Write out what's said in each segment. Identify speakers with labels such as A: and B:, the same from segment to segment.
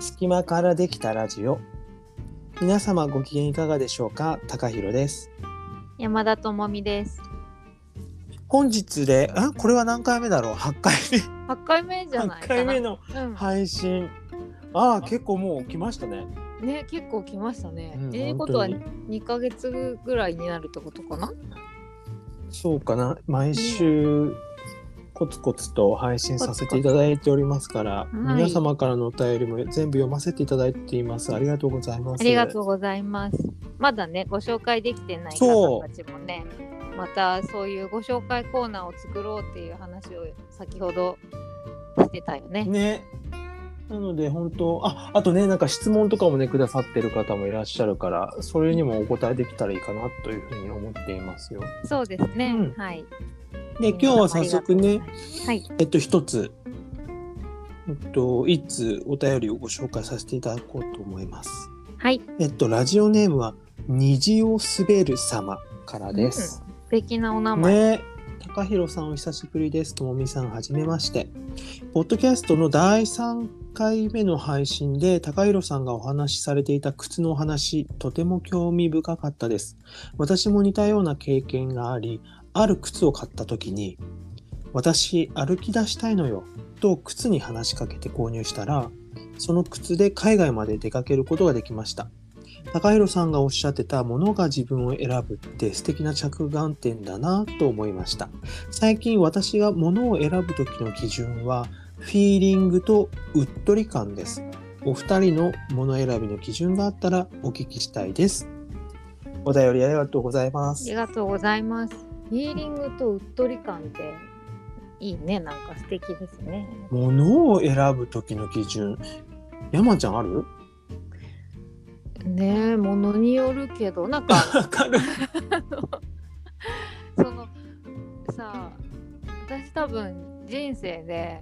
A: 隙間からできたラジオ皆様ご機嫌いかがでしょうか高弘です
B: 山田智美です。
A: 本日であこれは何回目だろう8回
B: 八回目じ
A: 目
B: ゃない
A: 8
B: かな。
A: 回目の
B: うん
A: 配信ああ結構もう来ましたね、
B: ね結構来ましたね。
A: うん
B: ええ
A: 本
B: こ
A: 当
B: とは
A: に
B: 二ヶ月ぐらいになるってことかな。
A: そうかな毎週コツコツと配信させていただいておりますから、
B: ツはい
A: 皆様からのお便りも全部読ませていただいていますありがとうございます
B: ありがとうございます。まだねご紹介できてない方たちもね。またそういうご紹介コーナーを作ろうっていう話を先ほどしてたよね。
A: ね。なので本当ああとねなんか質問とかもねくださってる方もいらっしゃるからそれにもお答えできたらいいかなというふうに思っていますよ。
B: そうですね。
A: うん
B: はい。
A: で今日は早速ね。
B: はい。
A: えっと一つえっと一つお便りをご紹介させていただこうと思います。
B: はい。
A: えっとラジオネームは虹を滑る様からです。
B: 素敵なお名前。
A: ね高弘さんお久しぶりです。ともみさんはじめまして。ポッドキャストの第3回目の配信で高弘さんがお話しされていた靴のお話、とても興味深かったです。私も似たような経験があり、ある靴を買った時に、私歩き出したいのよと靴に話しかけて購入したら、その靴で海外まで出かけることができました。高弘さんがおっしゃってたものが自分を選ぶって素敵な着眼点だなと思いました。最近私がものを選ぶ時の基準はフィーリングとうっとり感です。お二人のもの選びの基準があったらお聞きしたいです。お便りありがとうございま
B: あり
A: す。
B: がとうございます。ヒーリングとうっとり感っていいね、なんか素敵ですね。
A: ものを選ぶ時の基準。山ちゃんある
B: ねえ、ものによるけど、なんか
A: わかる。
B: そのさあ、私多分人生で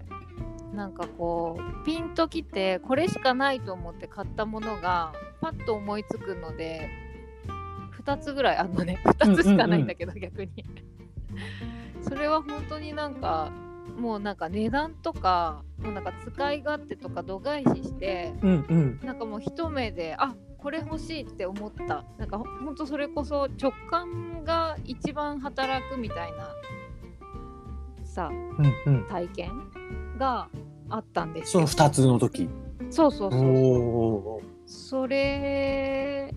B: なんかこうピンときてこれしかないと思って買ったものがパッと思いつくので2つぐらいあんのね2つしかないんだけど、逆に それは本当になんかもうなんか値段とかもうなんか使い勝手とか度外視して
A: うんうん。
B: なんかもう一目であこれ欲しいって思ったなんかほほんとそれこそ直感が一番働くみたいなさ
A: うんうん。
B: 体験があったんです
A: そ
B: よ
A: の二つの時。
B: そうそう
A: お
B: そう
A: おー。
B: それ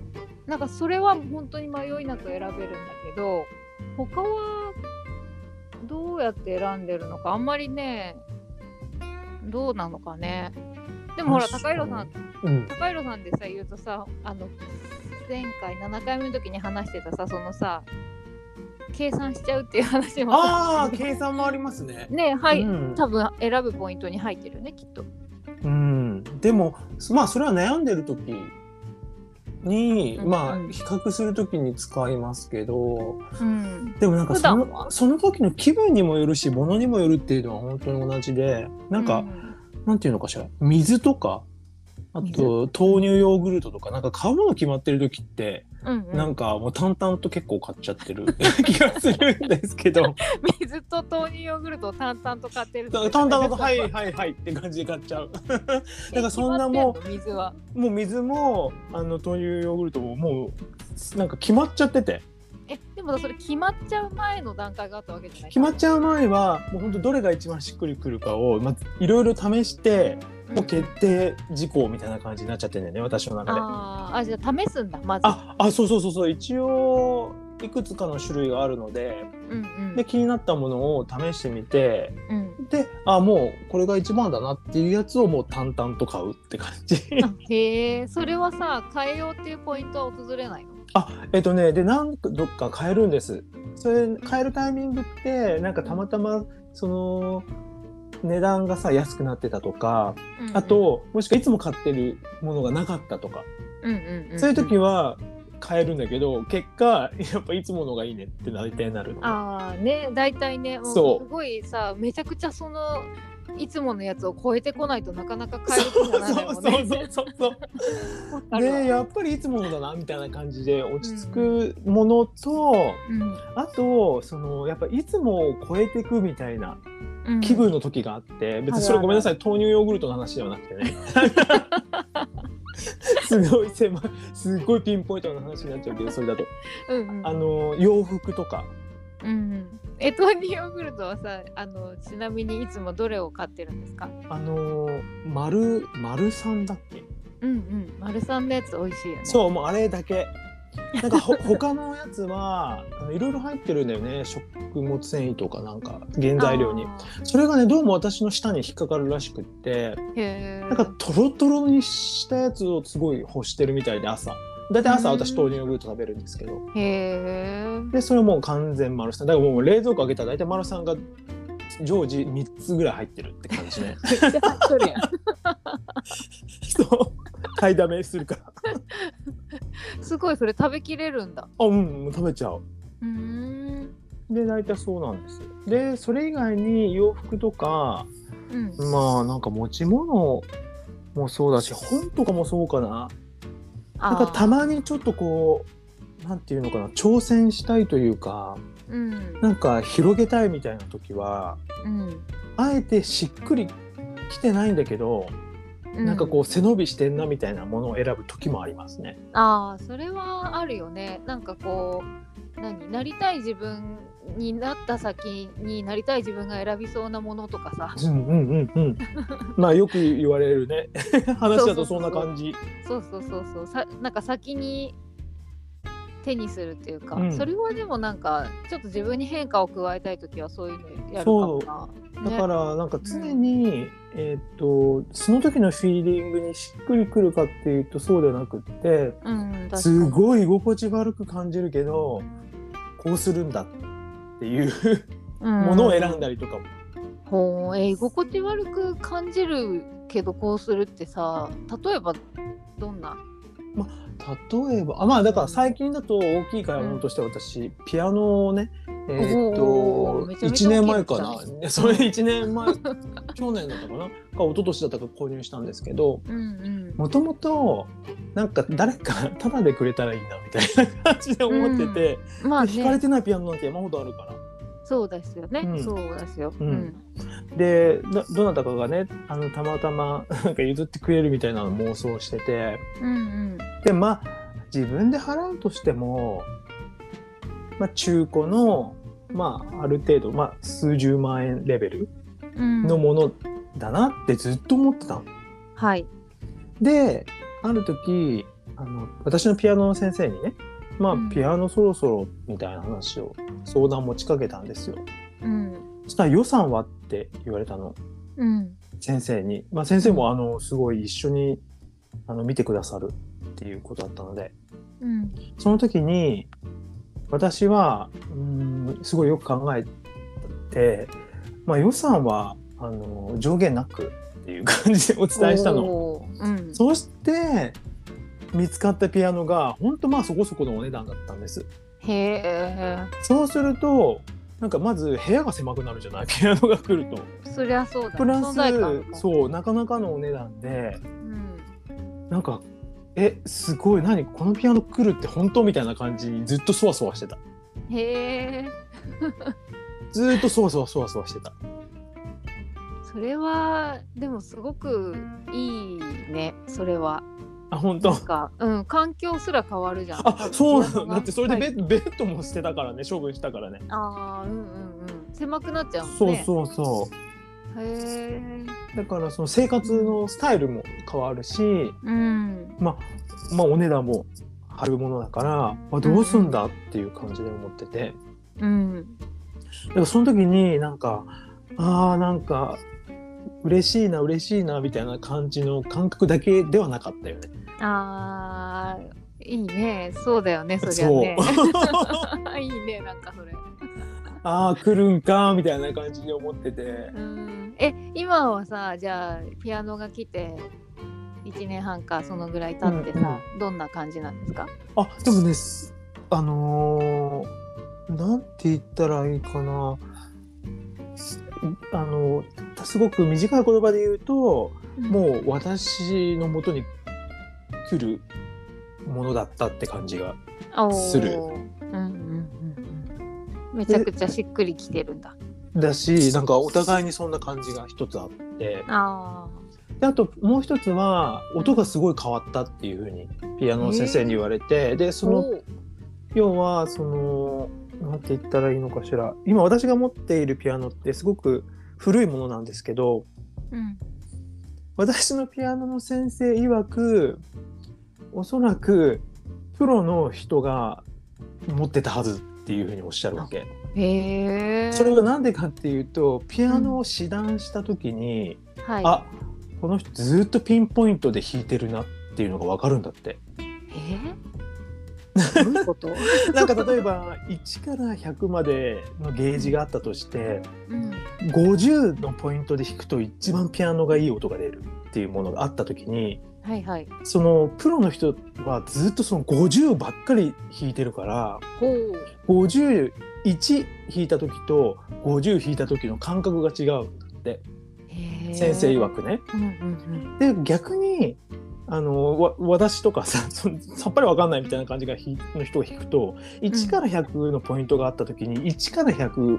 B: なんかそれは本当に迷いなく選べるんだけど他はどうやって選んでるのかあんまりねどうなのかねでもほら
A: 確
B: 高
A: かに
B: 弘さん
A: うん。
B: 高弘さんでさ言うとさあの前回7回目の時に話してたさそのさ計算しちゃうっていう話もさ
A: ああ、計算もありますね。
B: ねはい、
A: うん
B: 多分選ぶポイントに入ってるよねきっと
A: うん、でもまあそれは悩んでる時に、
B: うん
A: まあ
B: うん
A: 比較する時に使いますけど
B: うん
A: でもなんかそ
B: 普段
A: の
B: は
A: その時の気分にもよるし物にもよるっていうのは本当に同じでなんか、なんていうのかしら水とかあと豆乳ヨーグルトとかなんか買うもの決まってる時って、
B: うんうん
A: なんかもう淡々と結構買っちゃってる 気がするんですけ ど
B: 水と豆乳ヨーグルトを淡々と買ってる
A: 淡々と「はいはいはい」って感じで買っちゃう。なんかそんなもう
B: う水は
A: もう水もあの豆乳ヨーグルトももうなんか決まっちゃってて
B: えでもそれ決まっちゃう前の段階があったわけじゃない
A: 決まっちゃう前はもうほんとどれが一番しっくりくるかをまあいろいろ試して
B: うん
A: もう決定事項みたいな感じになっちゃってんだよね私の中で。
B: あーあじゃあ試すんだまず
A: ああそうそうそうそう一応いくつかの種類があるので
B: うんうん
A: で気になったものを試してみて
B: うん
A: であもうこれが一番だなっていうやつをもう淡々と買うって感 じ。
B: あへえそれはさ変えようっていうポイントは訪れないの
A: えっとね、で、なんかどっか変えるんです。それ、変えるタイミングって、なんかたまたま、その、値段がさ、安くなってたとか、あ、と、もしくはいつも買ってるものがなかったとか、
B: うんうんうん、
A: そういう時は変えるんだけど、結果、やっぱいつものがいいねって大体なるの。
B: ああね大体ねもう
A: そう
B: すごいさめちゃくちゃそのいつものやつを超えてこないとなかなか変える気にならないもんね
A: そうそうそうそう
B: わか
A: そう。
B: るわ
A: で、やっぱりいつものだな、みたいな感じで落ち着くものと、
B: うん
A: あと、その、やっぱいつもを超えてくみたいな。
B: うん
A: 気分の時があって、別にそれごめんなさい豆乳ヨーグルトの話ではなくて ねすごい狭いすごいピンポイントの話になっちゃうけどそれだと
B: うんうん
A: あの洋服とか
B: うんうんえ豆乳ヨーグルトはさあのちなみにいつもどれを買ってるんですか
A: あの丸丸さんだっけ
B: うんうん丸さんのやつ美味しいよね
A: そうもうあれだけなんかほ他のやつはあのいろいろ入ってるんだよね食物繊維とかなんか原材料に
B: あー
A: それがねどうも私の舌に引っかかるらしくって
B: へえ
A: なんかトロトロにしたやつをすごい欲してるみたいで朝だいたい朝
B: うん
A: 私豆乳ヨーグルト食べるんですけど
B: へえ
A: でそれもう完全丸さんだからもう冷蔵庫開けたら大体丸さんが常時3つぐらい入ってるって感じ ね
B: めっちゃ入っとるやん
A: そう買いだめするから
B: すごいそれ食べきれるんだ。
A: あうんもう食べちゃう
B: うーん。
A: で大体そうなんですよでそれ以外に洋服とか
B: うん。
A: まあなんか持ち物もそうだし本とかもそうかな
B: あ
A: な
B: ー
A: んかたまにちょっとこうなんていうのかな挑戦したいというか
B: うん。
A: なんか広げたいみたいな時は
B: うん。
A: あえてしっくりきてないんだけど、なんかこう背伸びしてんなみたいなものを選ぶ時もありますね。
B: うん。ああ、それはあるよね。なんかこう、何、なりたい自分になった先になりたい自分が選びそうなものとかさ。
A: うんうんうんうん。まあよく言われる ね話だとそんな感じ。
B: そうそうそうそう。さなんか先に手にするっていうか、
A: うん
B: それはでもなんかちょっと自分に変化を加えたい時はそういうのやるかも
A: だ
B: な。ね
A: からなんか常に、えーっとその時のフィーリングにしっくりくるかっていうとそうではなくって
B: うん、確か
A: す
B: に
A: ごい居心地悪く感じるけどこうするんだっていう
B: うん
A: ものを選んだりとかも、
B: ほうえー居心地悪く感じるけどこうするってさ例えばどんな
A: 例えばあまあだから最近だと大きい買い物としては私、ピアノをねえーっ
B: お
A: と
B: ーめちゃめちゃ
A: 1年前か
B: 大きいやつ
A: なそれ1年前 去年だったかなか一昨年だったか購入したんですけど
B: うんうん
A: もともとなんか誰かタダでくれたらいいなみたいな感じで思ってて、で
B: まあ
A: 弾かれ
B: ね
A: てないピアノなんて山ほどあるから。
B: そうですよね、
A: うん
B: そうですよ、
A: うんでどどなたかがねあのたまたまなんか譲ってくれるみたいなのを妄想してて
B: うんうん
A: でまあ自分で払うとしても、まあ、中古の、まあ、ある程度、まあ、数十万円レベル
B: うん
A: のものだなってずっと思ってたの。
B: はい
A: である時あの私のピアノの先生にねまあ、
B: うん
A: ピアノそろそろみたいな話を相談持ちかけたんですよ。
B: うん
A: そしたら予算はって言われたの。
B: うん
A: 先生に、まあ、先生もあのすごい一緒にあの見てくださるっていうことだったので
B: うん
A: その時に私はうーんすごいよく考えて、まあ、予算はあの上限なくっていう感じでお伝えしたの。
B: おーうん
A: そして見つかったピアノが本当まあそこそこのお値段だったんです。
B: へえ
A: そうするとなんかまず部屋が狭くなるじゃないピアノが来ると。
B: そりゃそうだ
A: プラ
B: 存在感
A: スそうなかなかのお値段で。
B: うん
A: なんかえすごい何このピアノ来るって本当みたいな感じにずっとそわそわしてた
B: へえ
A: ずーっとそわそわそわそわしてた
B: それはでもすごくいいねそれは
A: あ本
B: な
A: 当
B: んかうん環境すら変わるじゃん
A: あそうなの
B: が
A: だってそれでベ
B: はい
A: ッ,、ベッドも捨てたからね処分したからね
B: ああうんうんうん狭くなっちゃうもん
A: そう
B: ね
A: そうそ
B: へえ
A: うだからその生活のスタイルも変わるし
B: うん
A: まあまあお値段も張るものだからあどうすんだっていう感じで思ってて
B: うん
A: だからその時になんかあーなんか嬉しいな嬉しいなみたいな感じの感覚だけではなかったよね
B: あーいいねそうだよねそりゃね いいねなんかそれ
A: ああ来るんかみたいな感じで思ってて
B: うんえ今はさじゃあピアノが来て1年半かそのぐらい経ってさ、どんな感じなんですか
A: あでもねすあのーなんて言ったらいいかなすあのーすごく短い言葉で言うと
B: う
A: もう私のもとに来るものだったって感じが
B: おー
A: する
B: うんうんうんうんめちゃくちゃしっくりきてるんだ
A: だしなんかお互いにそんな感じが一つあって
B: あ
A: であともう一つは音がすごい変わったっていうふうにピアノの先生に言われて、で
B: あ
A: その要はそのなんて言ったらいいのかしら今私が持っているピアノってすごく古いものなんですけど
B: うん
A: 私のピアノの先生曰くおそらくプロの人が持ってたはずっていうふうにおっしゃるわけ。
B: へえ
A: それはなんでかっていうとピアノを試弾した時に、
B: はい
A: あこの人ずっとピンポイントで弾いてるなっていうのがわかるんだって。
B: えー、どういうこと
A: なんか例えば1から100までのゲージがあったとして
B: うん
A: 50のポイントで弾くと一番ピアノがいい音が出るっていうものがあった時に
B: はいはい
A: そのプロの人はずっとその50ばっかり弾いてるから
B: ほう
A: 51弾いた時と50弾いた時の感覚が違うんだって
B: へえ
A: 先生曰くね。
B: うんうん
A: で逆にあのわ私とかさ そさっぱりわかんないみたいな感じがひの人が弾くと1から100のポイントがあった時に1から100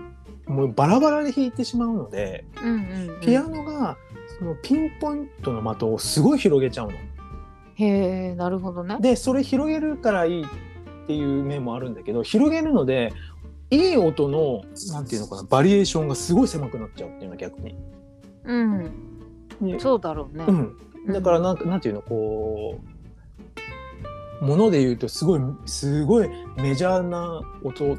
A: もうバラバラで弾いてしまうので
B: うんうんうん
A: ピアノがそのピンポイントの的をすごい広げちゃうの。
B: へえなるほどね
A: でそれ広げるからいいっていう面もあるんだけど広げるのでいい音のなんていうのかなバリエーションがすごい狭くなっちゃうっていうのは逆に。
B: うん
A: ね
B: そうだろうね
A: うん、
B: うん
A: だからなんかなんていうのこうもので言うとすごいすごいメジャーな音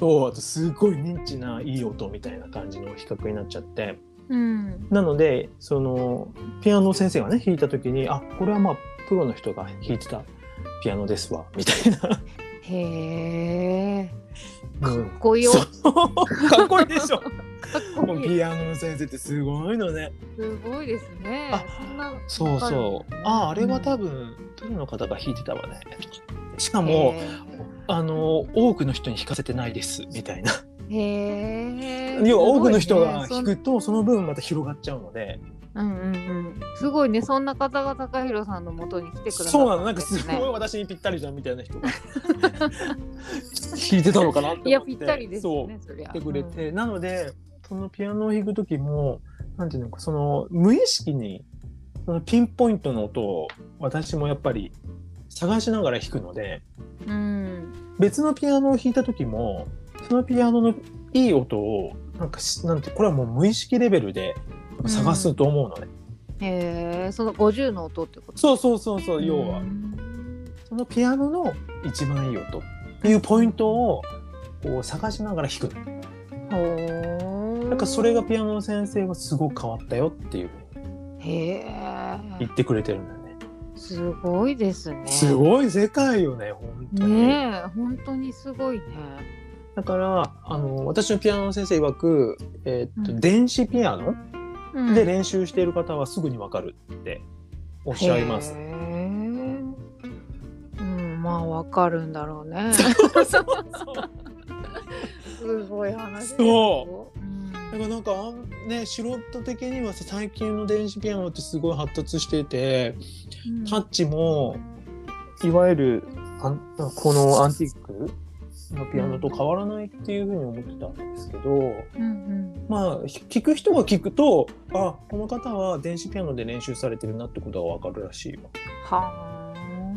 A: とあとすごいニッチないい音みたいな感じの比較になっちゃって
B: うん
A: なのでそのピアノ先生がね弾いた時にあこれはまあプロの人が弾いてたピアノですわみたいな。
B: へえ
A: うん
B: こうい う
A: そうかっこいいでしょ
B: かっ
A: も
B: こ
A: う
B: いい
A: ピアノの先生ってすごいのね。
B: すごいですね
A: あ
B: そんな
A: そうそう。ああれは多分プロの方が弾いてたわね。しかも、
B: へ
A: あの多くの人に弾かせてないですみたいな。
B: えへえ
A: 要は多くの人が
B: すごい
A: 弾
B: ね
A: くとその分また広がっちゃうので。
B: そんうんうんうんすごいねそんな方が高弘さんのもとに来てくださった
A: そうなのなんか
B: ですね
A: ごい私にぴったりじゃんみたいな人が弾いてたのかなって思って。
B: いやぴったりですよ
A: そう
B: ねそりゃ
A: やってくれて、なのでそのピアノを弾く時もなんていうのかその無意識にそのピンポイントの音を私もやっぱり探しながら弾くので
B: うんうん
A: 別のピアノを弾いた時もそのピアノのいい音をなんかしなんてこれはもう無意識レベルで探すと思うのね、
B: へえその50の音ってこと
A: そうそうそうそう要は
B: うん
A: そのピアノの一番いい音っていうポイントをこう探しながら弾くの
B: ほう
A: なんかそれがピアノの先生はすごく変わったよっていうふうに
B: へ
A: 言
B: え
A: ってくれてるんだよね。
B: すごいですね
A: すごい世界よね本当に、
B: ねえ本当にすごいね
A: だからあの私のピアノの先生曰く、えーっと
B: うん
A: 電子ピアノ
B: うん
A: で練習している方はすぐにわかるっておっしゃいます、
B: へえうんまあわかるんだろ うねすごい話ですようん
A: だからなんかあんね素人的にはさ最近の電子ピアノってすごい発達してて
B: うん
A: タッチもいわゆるあんこのアンティークのピアノと変わらないっていうふうに思ってたんですけど、
B: うん
A: まあひ聞く人が聞くとあこの方は電子ピアノで練習されてるなってことがわかるらしいわ。
B: うんはー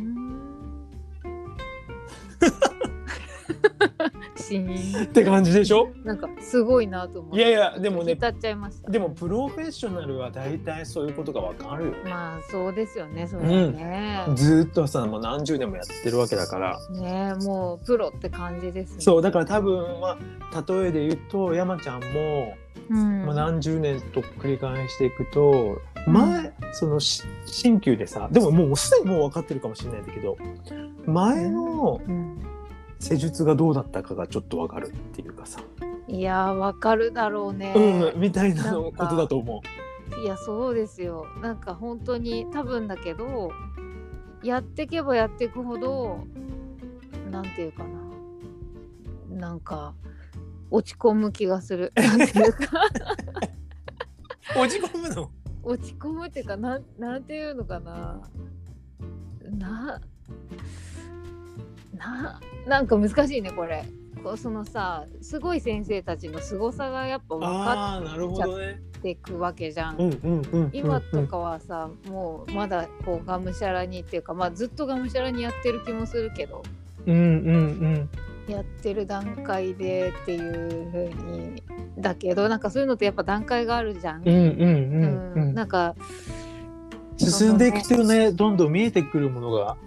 B: んシーン
A: って感じでしょ
B: なんかすごいなと思って
A: いやいやでもね
B: 浸っちゃいました
A: でもプロフェッショナルは大体そういうことがわかるよね。
B: まあそうですよねそうですね、
A: ずーっとさもう何十年もやってるわけだから。
B: ねえもうプロって感じですね
A: そうだから多分まあ例えで言うと山ちゃんも、
B: うん
A: もう何十年と繰り返していくと
B: うん
A: 前そのし新旧でさでももうすでにもう分かってるかもしれないんだけど前の
B: うん
A: 施術がどうだったかがちょっとわかるっていうかさ、
B: いやーわかるだろうね、
A: うんみたいなの
B: な
A: こ
B: んか
A: とだと思
B: いやそうですよなんか本当に多分だけどやってけばやっていくほどなんていうかななんか落ち込む気がするなんていうか
A: う。落ち込むの
B: 落ち込むっていうかなんなんていうのかななななんか難しいねこれこうそのさすごい先生たちの凄さがやっぱ分か
A: ああー、なるほどね。
B: っていくわけじゃん。
A: うんうんうんうん、うん。
B: 今とかはさ、もうまだこうがむしゃらにっていうか、まあ、ずっとがむしゃらにやってる気もするけど
A: うんうん
B: やってる段階でっていう風にだけどなんかそういうのってやっぱ段階があるじゃん。
A: うん。うんうん
B: う
A: うんうん。
B: なんか
A: 進んでいくとね、どんどん見えてくるものが。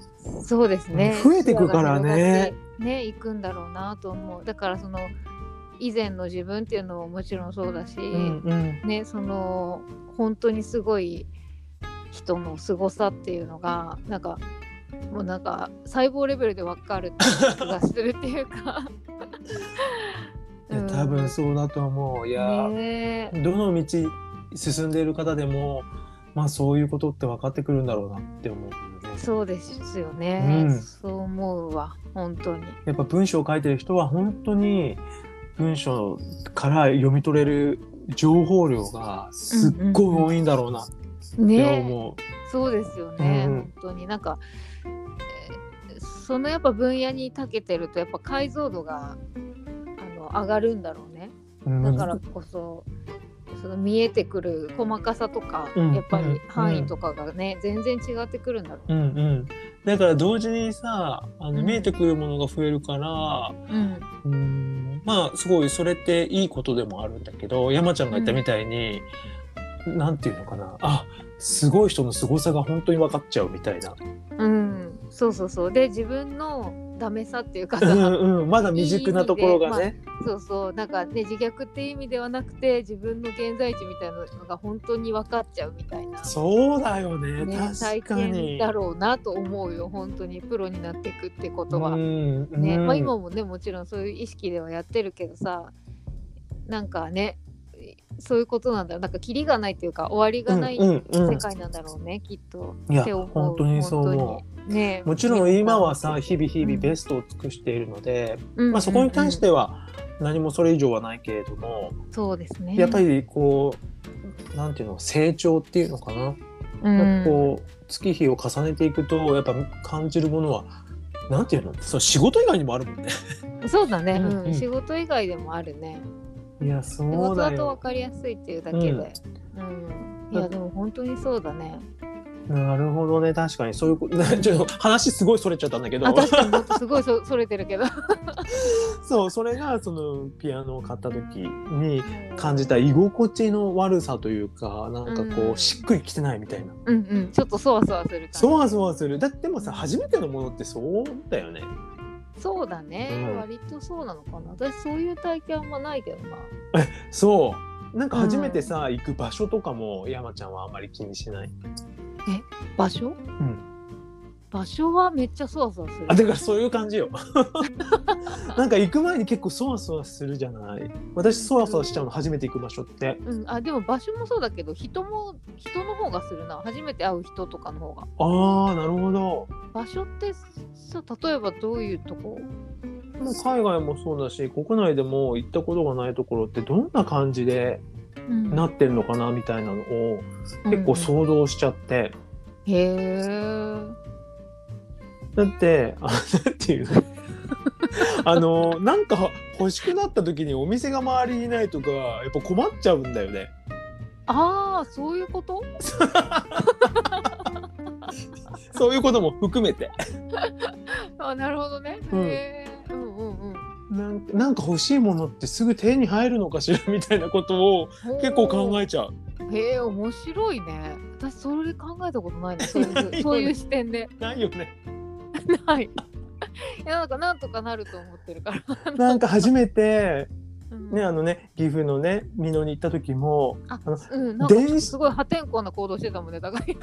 B: そうですね。
A: 増えてくからね。
B: ね、行くんだろうなと思う。だからその以前の自分っていうのももちろんそうだし、
A: うんうん。
B: ね、その本当にすごい人の凄さっていうのがなんかもうなんか細胞レベルでわかるっていう気がするっていうか。
A: いや多分そうだと思う。いやー、
B: うんねえ
A: どの道進んでいる方でも、まあそういうことって分かってくるんだろうなって思うよね。
B: そうですよ
A: う
B: ね、
A: ん
B: そう思うわ本当に
A: やっぱ文章を書いてる人は本当に文章から読み取れる情報量がすっごい多いんだろうなって
B: ね
A: 思う。
B: そうですよね、
A: うん
B: 本当になんか、えーそのやっぱ分野に長けてるとやっぱ解像度があの上がるんだろうね
A: うん
B: だからこそその見えてくる細かさとか、
A: うん
B: やっぱ
A: うん
B: り範囲とかがね、全然違ってくるんだろ
A: うんうん。だから同時にさ、あの
B: うん
A: 見えてくるものが増えるから、
B: う、うん、
A: うん、まあすごいそれっていいことでもあるんだけど、山ちゃんが言ったみたいに、なんていうのかな、あ、すごい人の凄さが本当に分かっちゃうみたいな。
B: うん、そうそうそうで自分のダメさっていうか
A: う
B: さ
A: んうん、まだ未熟なところがね。
B: そうそうなんかね自虐っていう意味ではなくて自分の現在地みたいなのが本当に分かっちゃうみたいな、
A: そうだよね、
B: ね、
A: 確
B: 体
A: かに。
B: 験だろうなと思うよ本当にプロになっていくってことは。
A: うん
B: ね
A: うん
B: まあ、今もねもちろんそういう意識ではやってるけどさなんかねそういうことなんだろうなんかキリがないというか終わりがない
A: うんうんうん
B: 世界なんだろうね、きっと。
A: いや
B: って思う
A: 本当にそう思
B: 本当にね
A: うもちろん今はさ日々日
B: う
A: 々
B: ん
A: ベストを尽くしているので、
B: うん
A: まあ、そこに対しては何もそれ以上はないけれども、
B: うんそうですね
A: やっぱりこうなんていうの成長っていうのかな、
B: うん
A: こう月日を重ねていくとやっぱ感じるものはなんていうのそう仕事以外にもあるもんね。
B: そうだね、
A: う
B: うんん
A: うん
B: 仕事以外でもあるね
A: いやそ
B: 仕事
A: う
B: だ
A: だ
B: と分
A: よ
B: かりやすいっていうだけで、うんいやでも本当にそうだね
A: なるほどね確かにそういう ことちょっと話すごいそれちゃったんだけど
B: あ確かになんかすごいそそれてるけど
A: そうそれがそのピアノを買った時に 感じた居心地の悪さというかなんかこ
B: う
A: うんしっくりきてないみたいな、
B: うんうんちょっとそわそわする感じ
A: そわそわするだってもさ初めてのものってそうだよね
B: そうだね、
A: うん
B: 割とそうなのかな私そういう体験あんまないけどな
A: そうなんか初めてさ、行く場所とかも山ちゃんはあまり気にしない
B: 場所、
A: ん
B: 場所はめっちゃそわそわする
A: あだからそういう感じよ なんか行く前に結構そわそわするじゃない私そわそわしちゃうの初めて行く場所って
B: うん、あでも場所もそうだけど人も人の方がするな初めて会う人とかの方が
A: ああなるほど
B: 場所ってさ例えばどういうとこ
A: もう海外もそうだし国内でも行ったことがないところってどんな感じでなってんのかなみたいなのを結構
B: うん
A: 想像しちゃって、
B: へえ
A: だってあなんていうのあのなんか欲しくなった時にお店が周りにいないとかやっぱ困っちゃうんだよね。
B: ああそういうこと
A: そういうことも含めて
B: あなるほどね、
A: うん
B: へえうんうんうん
A: なんかなんか欲しいものってすぐ手に入るのかしらみたいなこと を結構考
B: え
A: えちゃう。
B: へえ面白いね私それ考えたことないねそうい
A: ないよね
B: うそういう視点で
A: ないよね。
B: はい。いやなんかなんとかなると思ってるから。
A: なんか初めて
B: うん
A: ねあのね岐阜のね美濃に行った時も
B: あ
A: あの
B: うん、なんか
A: 電子
B: すごい破天荒な行動してたもんね、高 井。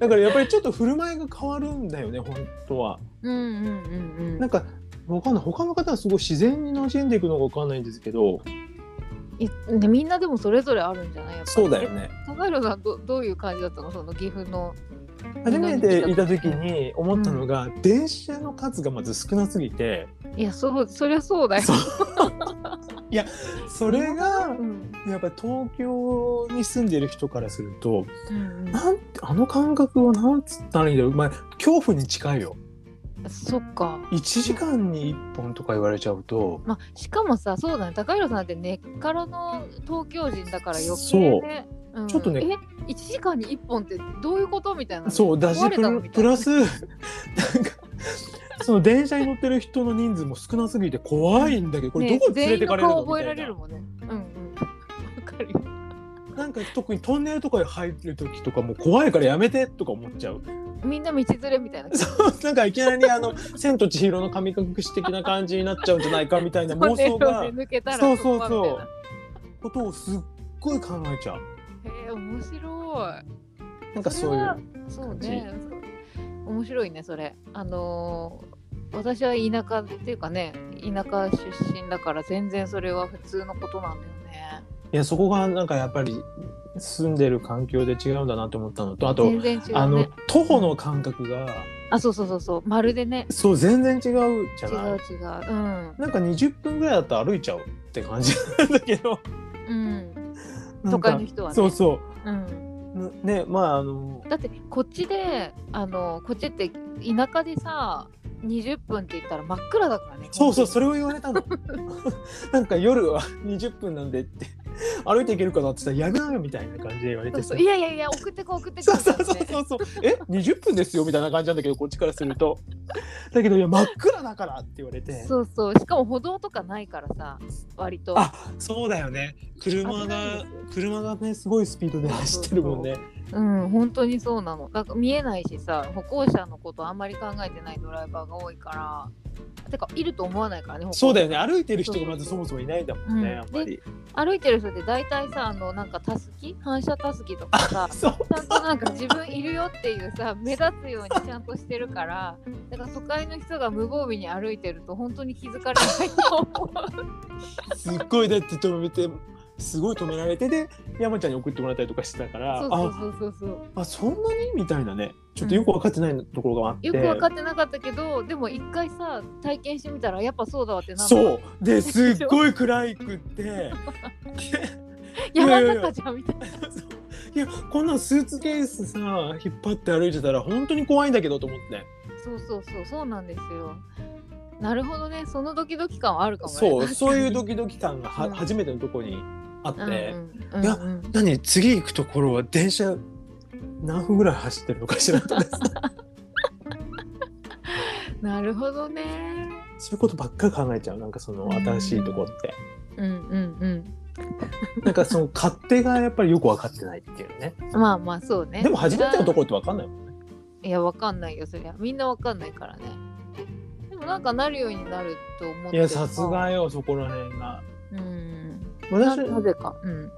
A: だからやっぱりちょっと振る舞いが変わるんだよね本当は。
B: うんうんうんう
A: なん
B: ん。
A: かわかんない他の方はすごい自然に馴染んでいくのかわかんないんですけど
B: いねみんなでもそれぞれあるんじゃないやっぱり
A: そうだよ。ね
B: え高井さんどどういう感じだったのその岐阜の。
A: 初めていた時に思ったのが、電車の数がまず少なすぎて
B: いやそうそりゃそうだよ。
A: それが
B: うん
A: やっぱり東京に住んでいる人からすると
B: うんうん
A: なんてあの感覚をなんつったらいいんだろう、まあ、恐怖に近いよ
B: そっか
A: 1時間に1本とか言われちゃうと
B: まあ、しかもさそうだね高弘さんって根っからの東京人だから余
A: そう
B: 計ねうん
A: ちょっとね
B: え1時間に1本ってどういうことみたいな
A: そうだし
B: 壊
A: プ
B: れた
A: ラ
B: のみた
A: プ
B: いな
A: ラスなんかその電車に乗ってる人の人数も少なすぎて怖いんだけどこれど
B: ね
A: こに連れてかれる
B: 全
A: の
B: 員の顔覚えら
A: みた
B: れ
A: い
B: る
A: な
B: もんねうんうんわかるよ
A: なんか特にトンネルとかに入る時とかもう怖いからやめてとか思っちゃう
B: みんな道連れみたいな
A: そうなんかいきなりあの「千と千尋の神隠し」的な感じになっちゃうんじゃないかみたいな妄 想
B: ト
A: が
B: ンネルを抜けたら
A: そうそう
B: ここはみ
A: そうことをすっごい考えちゃう
B: たいなへえ面白い
A: なんかそういう
B: そうね面白いねそれあのー私は田舎っていうかね田舎出身だから全然それは普通のことなんだよね
A: いやそこがなんかやっぱり住んでる環境で違うんだなと思ったのとあと、
B: 全然違うね
A: あの徒歩の感覚が
B: あそうそうそうそうまるでね
A: そう全然違うじゃ
B: 違う
A: ない
B: 違ううん
A: なんか20分ぐらいだったら歩いちゃうって感じなんだけど
B: うん
A: なん
B: 都
A: か
B: 会の人はね
A: そうそ
B: うん
A: うねまああの
B: だってこっちであのこっちって田舎でさ20分って言ったら真っ暗だからね
A: そうそうそ
B: れ
A: れを言われた のなんか夜は20分なんでって歩いていけるかなって言ったらやめなよみたいな感じで言われ
B: そ
A: て
B: う
A: さ
B: そういやいやいや送ってこう送ってこ
A: そううそうそう
B: みたいなね
A: そうそう。え、二十分ですよみたいな感じなんだけど、こっちからすると。だけど、いや、真っ暗だからって言われて。
B: そうそうしかも歩道とかないからさ割と
A: あ、そうだよね。車
B: 危ない
A: が
B: で、
A: 車がね、すごいスピードで走ってるもんね。
B: うん本当にそうなのなんか見えないしさ歩行者のことあんまり考えてないドライバーが多いからてかいると思わないからね歩行者
A: そうだよね。歩いてる人がまずそもそもいないんだもんね、
B: うん
A: やっぱり。
B: 歩いてる人って大体さあのなんかたすき反射たすきとか さ
A: そう。
B: ちゃんとなんか自分いるよっていうさ目立つようにちゃんとしてるからだから都会の人が無防備に歩いてると本当に気づかれないと思 う
A: すっごいだって止めて。すごい止められてで山ちゃんに送ってもらったりとかしてたから
B: そうそうそうそうそう
A: ああそんなにみたいなねちょっとよく分かってないところがあって、
B: よく分かってなかったけどでも一回さ体験してみたらやっぱそうだわってなん
A: そうですっごい暗いくって
B: 山の中じゃんみたいない
A: やこんなんスーツケースさ引っ張って歩いてたら本当に怖いんだけどと思って
B: そうそうそうそうなんですよなるほどねそのドキドキ感はあるかもね
A: そうそういうドキドキ感がは、
B: うん
A: 初めてのとこにあって、
B: うんうんうんうん
A: いや何次行くところは電車何分ぐらい走ってるのかしらとか
B: なるほどね
A: そういうことばっかり考えちゃうなんかその新しいとこって、
B: うんうん
A: なんかその勝手がやっぱりよく分かってないっていうね
B: うんまあまあそうね
A: でも初めてのところって分かんないもんね
B: いや、わかんないよ、そりゃ。みんなわかんないからね。でもなんかなるようになると思って
A: い
B: る
A: やさす。がよそこら辺が
B: うん。な
A: 私
B: なぜか。うん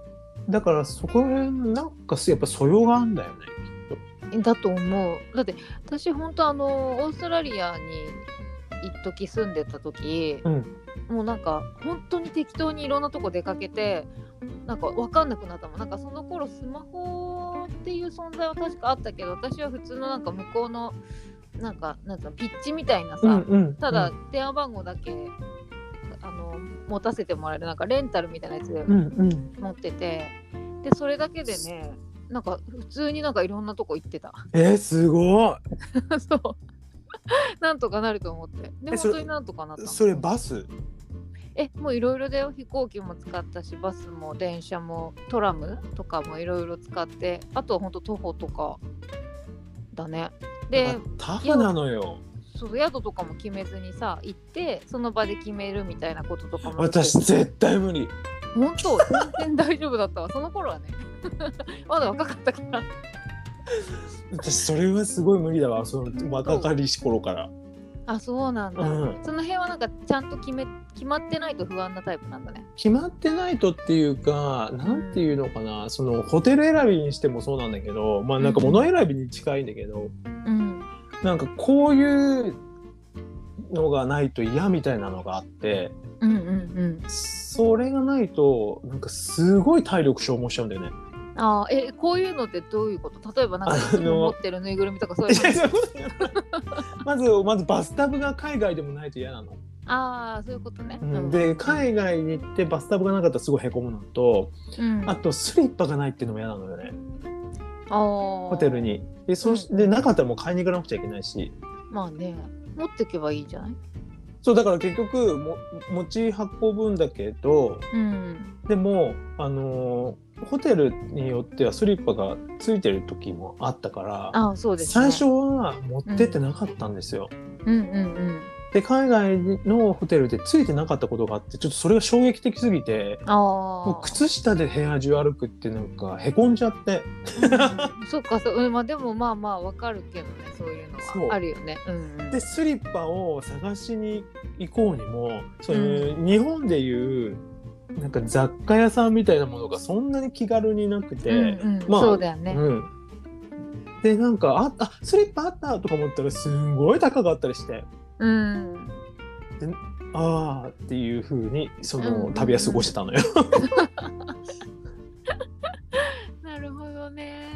A: だからそこら辺なんかやっぱ素養があるんだよねきっと。
B: え。だと思う。だって、私、本当あの、オーストラリアに一時住んでた時、
A: うん
B: もうなんか、本当に適当にいろんなとこ出かけて、なんかわかんなくなったもん。なんかその頃、スマホっていう存在は確かあったけど、私は普通のなんか向こうの、なんか、なんかピッチみたいなさ、
A: うん
B: ただ、電話番号だけあの持たせてもらえるなんかレンタルみたいなやつで
A: うんうん、
B: 持ってて、でそれだけでねなんか普通になんかいろんなとこ行ってた
A: えー、すごい
B: そうなんとかなると思ってで
A: えそれ
B: 本当になんとかなった
A: それバス
B: えもういろいろだよ飛行機も使ったしバスも電車もトラムとかもいろいろ使ってあとは本当徒歩とかだねで
A: タフなのよ
B: そう宿とかも決めずにさ行ってその場で決めるみたいなこととかも
A: 私絶対無理
B: 本当全然大丈夫だったわその頃はね まだ若かったから
A: 私それはすごい無理だわその若かりし頃から
B: あそうなんだ、
A: うん
B: その辺はなんかちゃんと決め決まってないと不安なタイプなんだね
A: 決まってないとっていうかなんていうのかなそのホテル選びにしてもそうなんだけどまあなんか物選びに近いんだけど
B: うん
A: なんかこういうのがないと嫌みたいなのがあって
B: うんうん
A: それがないとなんかすごい体力消耗しちゃうんだよ ね。
B: うんあーえこういうのってどういうこと例えばなんか
A: あの
B: いつも持ってるぬいぐるみとかそういう の
A: まずまずバスタブが海外でもないと嫌なの。
B: ああそういうことね、
A: うんで海外に行ってバスタブがなかったらすごいへこむのと
B: うん、
A: あとスリッパがないっていうのも嫌なのよね
B: ホ
A: ホテルに。でそうしでなかったらもう買いに行かなくちゃいけないし
B: まあね持ってけばいいじゃない
A: そうだから結局も持ち運ぶんだけど
B: うん。
A: でもあのーホテルによってはスリッパがついてる時もあったから、
B: ああ、そうです、
A: 最
B: ね。
A: 初。は持ってってなかったんですよ。
B: うんうん
A: で海外のホテルでついてなかったことがあってちょっとそれが衝撃的すぎて
B: うん。ああ。
A: もう靴下で部屋中歩くってなんかへこんじゃって
B: うん そっかそう、うんまあ、でもまあまあわかるけどねそういうの
A: そう
B: はあるよね。うんうん、
A: でスリッパを探しに行こうにもそういうう日本でいうなんか雑貨屋さんみたいなものがそんなに気軽になくて、
B: うんうん
A: まあ
B: そうだよね。
A: うんでなんかああスリッパあったとか思ったらすんごい高かったりして
B: うん、
A: ああっていう風にそ
B: うんうんう
A: の
B: ん
A: 旅は過ごしてたのよ。
B: なるほどね。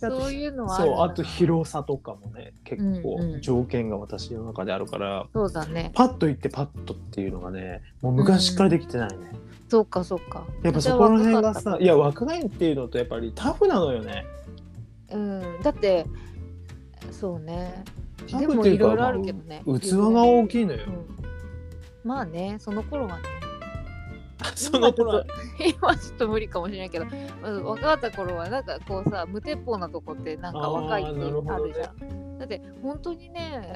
A: であと
B: そういうのはある
A: そうあと
B: な
A: 広さとかもね結
B: うんう
A: 構
B: ん
A: 条件が私の中であるから、
B: そうだね。
A: パッと行ってパッとっていうのがねもう昔からできてないね、
B: そうかそうか。
A: やっぱそこら辺が
B: じゃあ若かっ
A: さいや若いっていうのとやっぱりタフなのよね
B: たうんだってそうね。
A: タ
B: で
A: フっ
B: も
A: てい
B: いう
A: か
B: ろいろあるけどね。
A: まあ器が大きいのよ、
B: うんまあねその 頃はね。
A: その頃は
B: 今ちょっと無理かもしれないけど、うん若かった頃はなんかこうさ無鉄砲なとこってなんか若いって
A: あ
B: あ
A: ーなるほどね
B: るじゃん、だって本当にね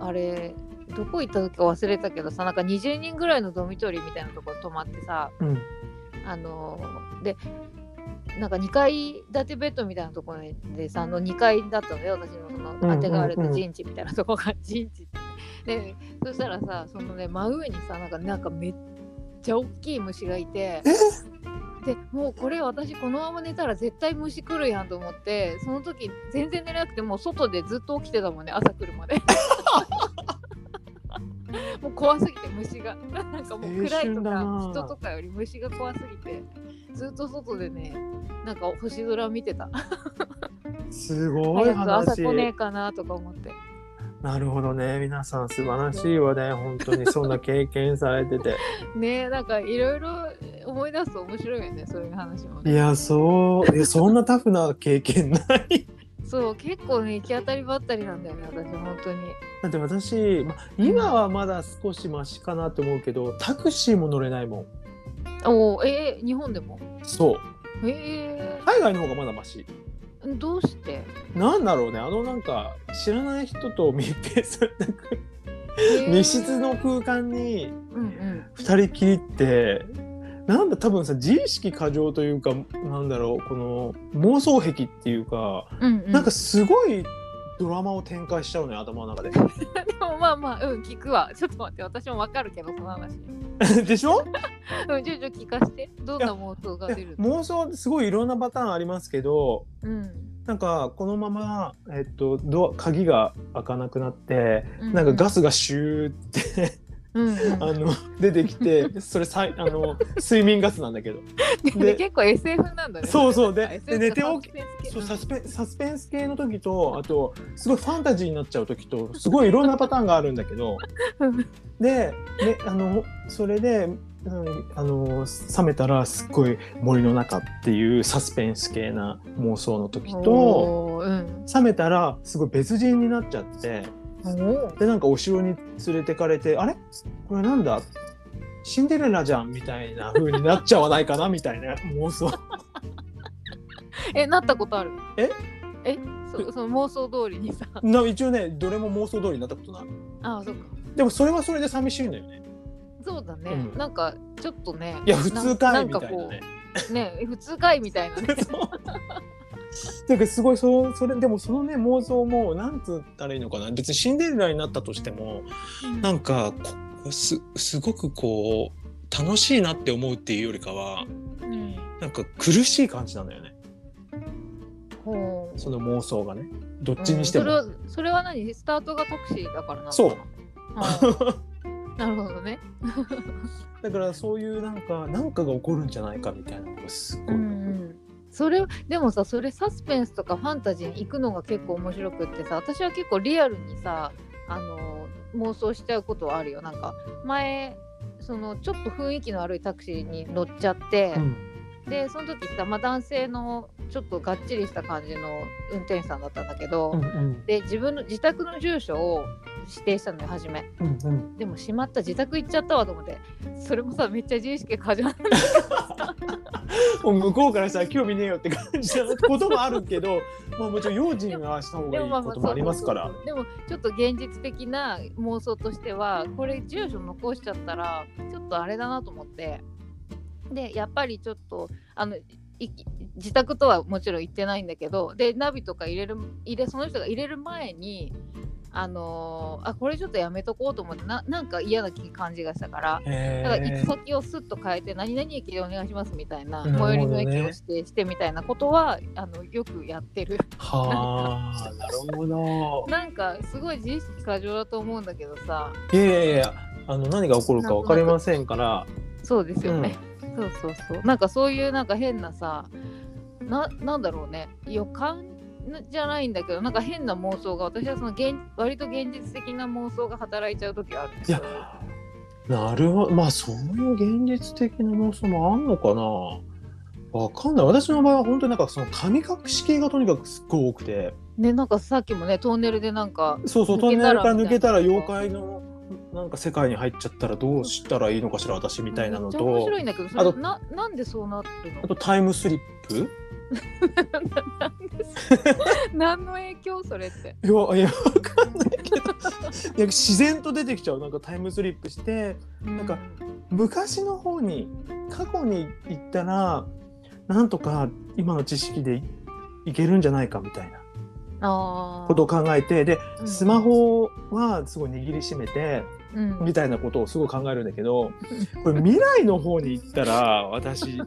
B: あれどこ行った時か忘れたけどさなんか20人ぐらいのドミトリーみたいなとこ泊まってさ
A: うん
B: あのーでなんか2階建てベッドみたいなところでさあの2階だったのよ私のその当てがわれた陣地みたいなとこが陣地ってでそしたらさそのね真上にさなんかなんかめっちゃ大きい虫がいてでもうこれ私このまま寝たら絶対虫来るやんと思ってその時全然寝れなくてもう外でずっと起きてたもんね朝来る まで。もう怖すぎて虫がなんかもう暗い
A: 青春
B: と
A: だな
B: か人とかより虫が怖すぎてずっと外でねなんか星空見てた
A: すごい
B: 早く朝
A: 話
B: 来ねえかなとか思って
A: なるほどね皆さん素晴らしいわね本当にそんな経験され てて
B: ねえなんかいろいろ思い出すと面白いよねそういう話も
A: い
B: ね
A: やそういやそんなタフな経験ない
B: そう結構ね行き当たりばったりなんだよね私本当に
A: だって私、ま、今はまだ少しマシかなって思うけどタクシーも乗れないもん
B: おおえー、日本でも
A: そう
B: え
A: 海外の方がまだマシ
B: ー、どうして
A: なんだろうねあのなんか知らない人と密閉された空
B: えー
A: 密室の空間に
B: うんうん
A: 2人きりってなんだ多分さ自意識過剰というかなんだろうこの妄想癖っていうか、
B: うんうん
A: なんかすごいドラマを展開しちゃうね頭の中で。
B: でもまあまあうん聞くわちょっと待って私もわかるけどその話
A: でしょ
B: うんちょいちょい聞かしてどんな妄想が
A: いや
B: 出るの
A: 妄想ってすごいいろんなパターンありますけど
B: うん
A: なんかこのまま、えっと、ドア鍵が開かなくなって
B: う
A: なんかガスがシューって
B: うんうん
A: あの出てきてそれさいあの睡眠ガスなんだけど
B: で結構 SF なんだね。
A: そうそう
B: なんか
A: で
B: SF
A: で寝て起
B: き
A: そうサスペンサスペンス系の時とあとすごいファンタジーになっちゃう時とすごいいろんなパターンがあるんだけどでであのそれで。うんあの冷めたらすっごい森の中っていうサスペンス系な妄想の時と
B: おーうん。
A: 冷めたらすごい別人になっちゃって
B: おー
A: でなんかお城に連れてかれてあれこれなんだシンデレラじゃんみたいな風になっちゃわないかなみたいな妄想
B: えなったことある？
A: え？
B: えそその妄想通りにさ。
A: な一応ねどれも妄想通りになったことない
B: あそっか。
A: でもそれはそれで寂しいのよね
B: そうだね。
A: うん
B: なんかちょっとね。
A: いや普通かいみたい
B: ん
A: な
B: か
A: ね
B: こうね普通かいみたいなね。
A: そうだからすごいそうそれでもそのね妄想もなんつったらいいのかな別にシンデレラになったとしても なんかこすすごくこう楽しいなって思うっていうよりかは
B: うん。
A: なんか苦しい感じなのよね
B: ほう。
A: その妄想がねどっちにしても、
B: うんそれはそれは何？スタートがタクシーだからなのかな。
A: そう
B: あー。なるほどね。
A: だからそういうなんかなんかが起こるんじゃないかみたいなのがすごい、
B: うんうんそれでもさそれサスペンスとかファンタジーに行くのが結構面白くってさ私は結構リアルにさあの妄想しちゃうことはあるよなんか前そのちょっと雰囲気の悪いタクシーに乗っちゃって、
A: うん
B: でその時さ、まあ、男性のちょっとがっちりした感じの運転手さんだったんだけど、
A: うんうん
B: で自分の自宅の住所を指定したのよ初め
A: うんうん
B: でもしまった自宅行っちゃったわと思ってそれもさめっちゃ自意識過剰な
A: もう向こうからしたら興味ねえよって感じのこともあるけ ど、まあ、もちろん用心はした方がいいこともありますから
B: でもちょっと現実的な妄想としてはこれ住所残しちゃったらちょっとあれだなと思ってでやっぱりちょっとあのい自宅とはもちろん行ってないんだけどでナビとか入れる入れその人が入れる前にあのーあこれちょっとやめとこうと思ってななんか嫌な気感じがしたから
A: へ
B: だから行
A: え
B: く先をスッと変えて何々駅でお願いしますみたいな
A: なるほどね
B: 最寄りの駅を指定してみたいなことはあのよくやってる
A: はあなるほど
B: なんかすごい自意識過剰だと思うんだけどさ
A: いやいやいやあの何が起こるか分かりませんから
B: そうですよね、そうそうそうなんかそういうなんか変なさななんだろうね予感じゃないんだけどなんか変な妄想が私はその現割と現実的な妄想が働いちゃう時あるんですよ
A: いなるほどまあそういう現実的な妄想もあんのかなわかんない私の場合は本当になんかその神隠し系がとにかくすっごい多くて
B: ねなんかさっきもねトンネルでなんか
A: そうそうト
B: 抜
A: ン
B: け
A: ネ
B: た
A: ル
B: ら
A: から抜けたら妖怪のなんか世界に入っちゃったらどうしたらいいのかしら私みたいなの
B: めっちゃ面
A: と
B: 白いんだけどそ
A: あ
B: れ
A: と
B: ななんでそうなってるの
A: あとタイムスリップ
B: 何の影響それって。
A: いやいやわかんない けどいや自然と出てきちゃうなんかタイムスリップして
B: なん
A: か昔の方に過去に行ったらなんとか今の知識でいいけるんじゃないかみたいな
B: あ
A: ことを考えてで
B: うん
A: スマホはすごい握りしめて
B: うん
A: みたいなことをすごい考えるんだけどこれ未来の方に行ったら私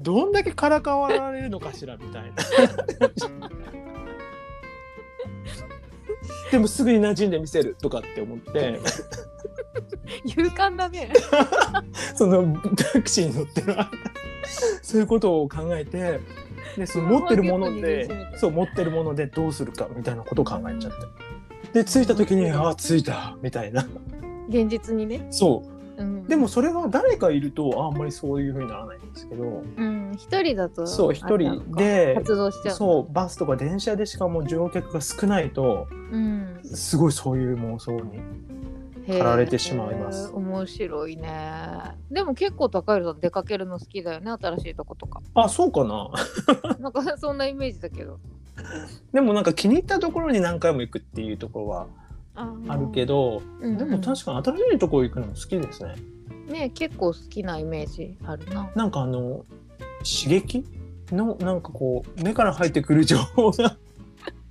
A: どんだけからかわられるのかしらみたいな。 でもすぐに馴染んでみせるとかって思って
B: 勇敢だね。
A: そのタクシーに乗ってる間そういうことを考えてでその持ってるもので
B: スマホをゲットに入れてみて
A: そう持ってるものでどうするかみたいなことを考えちゃってで着いた時に「ああ着いた」みたいな
B: 現実にね。
A: そう
B: うん、
A: でも、それが誰かいるとああんまりそういうふうにならないんですけど
B: うん、一人だと
A: そう一
B: あれなの
A: 人
B: か
A: で
B: 活動しちゃう。
A: そうバスとか電車でしかも乗客が少ないと
B: うん、
A: すごいそういう妄想に
B: へー
A: られてしまいます
B: 面白いね。でも結構高いさん出かけるの好きだよね新しい とことか。
A: あそうかな
B: なんかそんなイメージだけど。
A: でもなんか気に入ったところに何回も行くっていうところは
B: あ
A: あるけ
B: ど、
A: ど、
B: うんうん
A: でも確かに新しいところ行くの好きですね。
B: ね結構好きなイメージあるな。
A: なんかあの刺激のなんかこう目から入ってくる情報が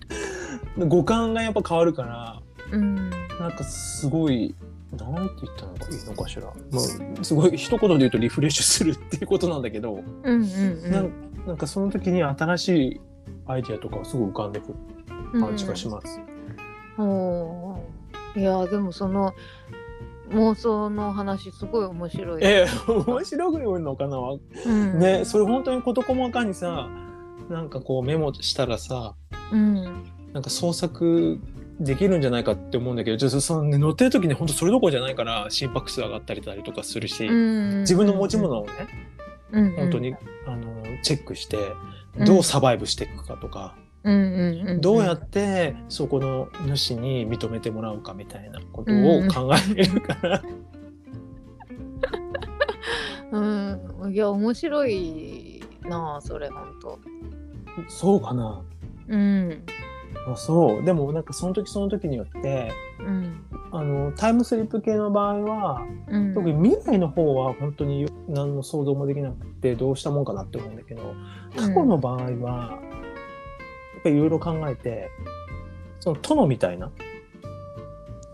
A: 五感がやっぱ変わるから
B: うん。
A: なんかすごいなんて言ったのがいいのかしら、まあ、すごい一言で言うとリフレッシュするっていうことなんだけど、
B: うんうんうん。
A: なんなんかその時に新しいアイディアとかがすごい浮かんでくる感じがします。
B: おーいやーでもその妄想の話すごい面白い、
A: ええ面白く言うのかな
B: うん、
A: ねそれ本当に事細かにさなんかこうメモしたらさ
B: うん、
A: なんか創作できるんじゃないかって思うんだけどちょっとその、ね、乗ってる時に本当それどころじゃないから心拍数上がったりたりとかするし、
B: うん
A: 自分の持ち物をね、
B: うん
A: 本当に、あのチェックしてどうサバイブしていくかとか、
B: うんうんうん、
A: どうやってそこの主に認めてもらうかみたいなことを考える から、
B: うんいや面白いなあそれ本当
A: そうかな
B: うん
A: あそうでもなんかその時その時によって
B: うん
A: あのタイムスリップ系の場合は
B: うん
A: 特に未来の方は本当に何の想像もできなくてどうしたもんかなって思うんだけど過去の場合はやっぱりいろいろ考えてその殿みたいな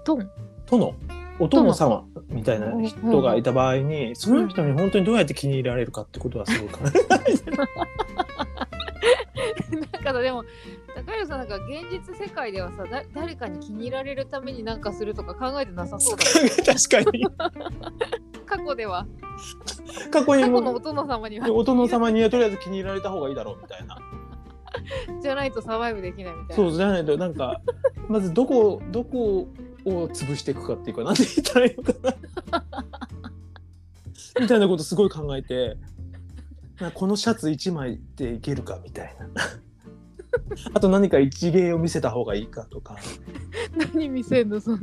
B: トン
A: 殿お殿様みたいな人がいた場合にその人に本当にどうやって気に入られるかってことはすごい考え
B: なんかさでも高橋さんなんか現実世界ではさだ誰かに気に入られるためになんかするとか考えてなさそうだね
A: 確かに
B: 過去では
A: 過去
B: 過
A: に
B: 去のお
A: も
B: 殿様には
A: お殿様にはとりあえず気に入られた方がいいだろうみたいな。
B: じゃないとサバイブできないみたいな
A: そうじゃないとなんかまずどこどこを潰していくかっていうかなんて言ったらいいのかなみたいなことすごい考えてなんかこのシャツ1枚でいけるかみたいなあと何か一芸を見せた方がいいかとか
B: 何見せんのそんな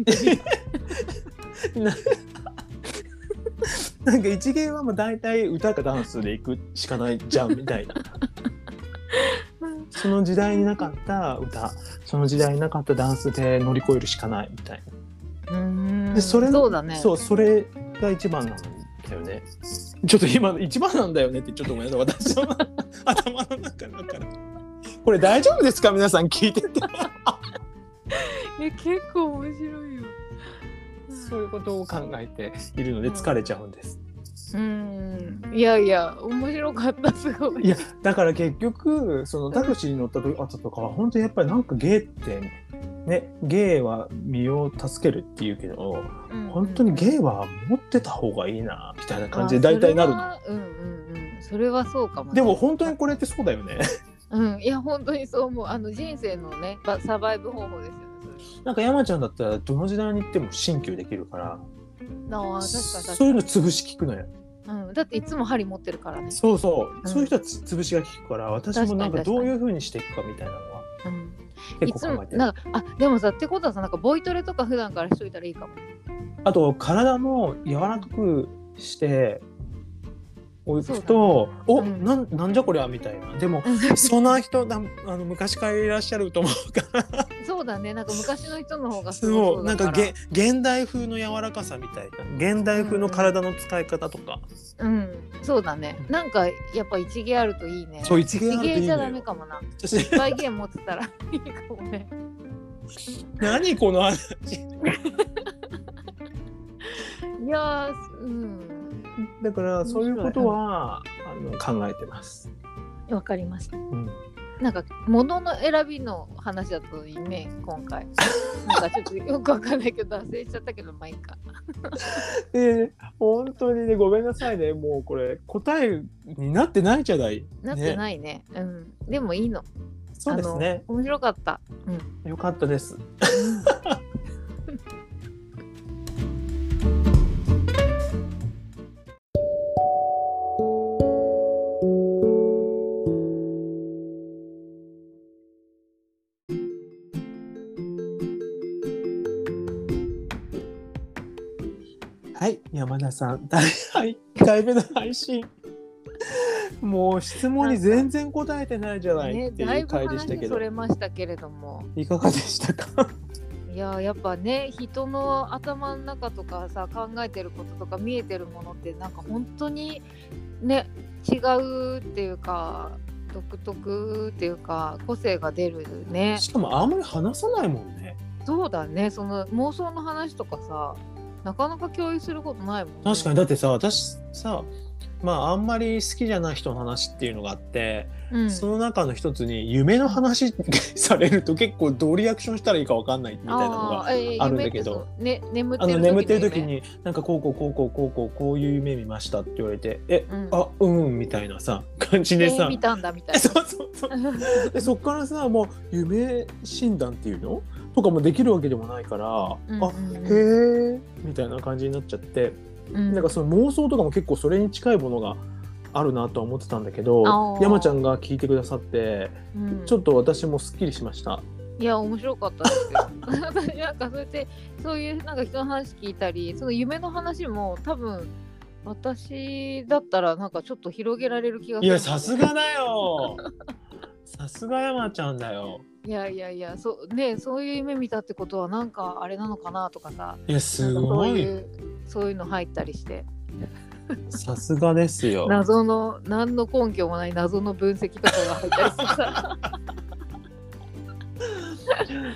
B: に
A: ななんか一元はもう大体歌かダンスで行くしかないじゃんみたいなその時代になかった歌その時代になかったダンスで乗り越えるしかないみたいな
B: うん
A: でそれ
B: そうだね
A: そうそれが一番なんだよねちょっと今一番なんだよねってちょっとごめんなさい私の頭の中だからこれ大丈夫ですか皆さん聞いてて
B: え結構面白いよ
A: そういうことを考えているので疲れちゃうんです
B: うんいやいや面白かったすごい
A: いやだから結局そのタクシーに乗った時後とかは本当にやっぱりなんかゲイってねゲイは身を助けるっていうけど本当に
B: イ
A: ゲイは持ってた方がいいなみたいな感じで大体なるの
B: うんうんうんそれはそうかもね、
A: でも本当にこれってそうだよね
B: うんいや本当にそう思うあの人生のねばサバイブ方法ですよね
A: なんか山ちゃんだったらどの時代に行っても鍼灸できるから
B: なあ確かに確
A: そういうの潰し聞くのよ
B: かに、うん、だっていつも針持ってるからね、
A: そうそう、
B: うん
A: そういう人はつ潰しが効くから私もなんか
B: 確かに確かに
A: どういうふうにしていくかみたいなのは
B: うん、い
A: 結
B: つ
A: 構考
B: も
A: えてる
B: なんかあでもさってことはさなんかボイトレとか普段からしといたらいいかも
A: あと体も柔らかくしてお
B: そう
A: く
B: だね
A: と、お
B: うん
A: なんなんじゃこりゃみたいなでもそんな人だあの昔からいらっしゃると思うから
B: そうだねなんか昔の人の方がす
A: そ
B: ご
A: う
B: い
A: なんか
B: げ
A: げ現代風の柔らかさみたいな現代風の体の使い方とか、
B: うんそうだねなんかやっぱ一芸あるといいね
A: そう一芸あ
B: 一
A: るとい
B: 芸
A: いん
B: じゃ
A: だ
B: ダメ
A: よ
B: かもな
A: 私
B: いっぱい芸持ってたらいいかもね
A: 何この話
B: いやーうん
A: だからそういうことはあの考えてます、
B: わかりました
A: うん、
B: なんか物の選びの話だといいね今回なんかちょっとよくわかんないけど脱線しちゃったけどまあいいか
A: で本当にねごめんなさいねもうこれ答えになってないじゃない
B: なって
A: ね、
B: ないねうんでもいいの
A: そうですね
B: あの面白かったうん
A: よかったですはい、山田さん、第1回目の配信。もう質問に全然答えてないじゃない
B: ね、
A: って
B: だ
A: い
B: いうぶ
A: 回でした
B: 話
A: け
B: そ
A: ど、
B: れましたけれども
A: いかがでしたか
B: いやーやっぱね人の頭の中とかさ考えてることとか見えてるものってなんか本当にね違うっていうか独特っていうか個性が出るね
A: しかもあんまり話さないもんね。
B: そうだねその妄想の話とかさなかなか共有することないもん、ね、
A: 確かに、だってさ、私さ、まああんまり好きじゃない人の話っていうのがあって、
B: うん、
A: その中の一つに夢の話されると結構どうリアクションしたらいいかわかんないみたいなのが
B: あーえー
A: あるんだけど
B: 夢ってそうね、眠って
A: あ
B: る
A: の
B: 時
A: 眠ってる時
B: 夢
A: になんかこうこうこうこうこうこうこういう夢見ましたって言われて「え、
B: うん
A: あうん」みたいなさ感じで
B: 全
A: さ
B: 員見たんだみたい
A: えそうそうそう
B: な
A: でそっからさもう夢診断っていうのとかもできるわけでもないから「
B: うん
A: あ
B: うんうん
A: へえ」みたいな感じになっちゃって、
B: うん
A: なんかその妄想とかも結構それに近いものがあるなとは思ってたんだけ
B: あ
A: ど
B: ー
A: 山ちゃんが聞いてくださって
B: うん
A: ちょっと私もすっきりしました。
B: いや面白かったですよ。 私なんかそうやってそういうなんか人の話聞いたりその夢の話も多分私だったらなんかちょっと広げられる気がす
A: い
B: る
A: やさすがだよ さすが山ちゃんだよ。
B: いやいやいやそうねそういう夢見たってことはなんかあれなのかなとかさ
A: いやすご
B: なんかそう
A: い
B: いうそういうの入ったりして
A: さすがですよ。
B: 謎の何の根拠もない謎の分析とかが入ったりしてさ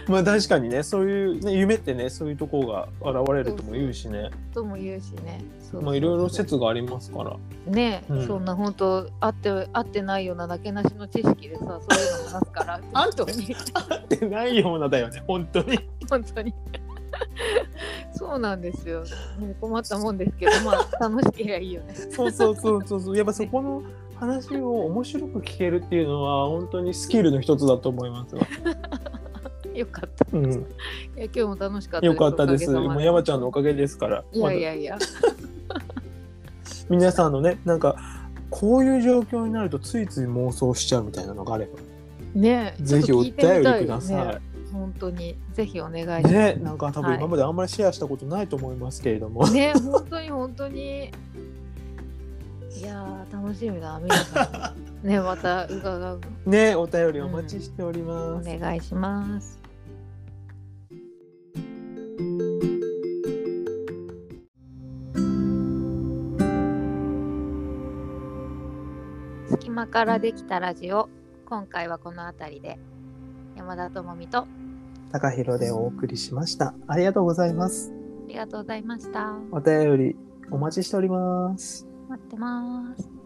A: まあ確かにね、そういう、ね、夢ってね、そういうところが現れるとも言うしね、
B: とも言うしねそう
A: まあいろいろ説がありますから。
B: ね、
A: うん
B: そんな本当あってあってないようなだけなしの知識でさそういうの話すから
A: あ
B: 本当に
A: ってないようなだよね、本当に。
B: 本当に そうなんですよ、ね困ったもんですけどまあ楽しければいいよね
A: そうそうそうそう そう、やっぱそこの話を面白く聞けるっていうのは、本当にスキルの一つだと思い ますわ。
B: よかった
A: うん、
B: いや今日も楽しかった
A: よかったです。
B: おかげさま
A: もう山ちゃんのおかげですから。
B: いやいやいや
A: また皆さんのね、なんか。こういう状況になるとついつい妄想しちゃうみたいなのがあれば、
B: ね
A: ぜひお便りくだ
B: ちょっと聞いてみたい
A: さ
B: よね本当にぜひお願いします。
A: ね、なんか多分
B: はい
A: 今まであんまりシェアしたことないと思いますけれども、
B: ね、本当に本当に。いやー、楽しみだ、皆さ ん。ね、また伺う。
A: ね、お便りお待ちしております。
B: お願いします。隙間からできたラジオ、今回はこの辺りで。山田智美と、あ
A: 高弘でお送りしました。ありがとうございます。
B: りがとうございました。
A: お便りお待ちしております。
B: 待ってます。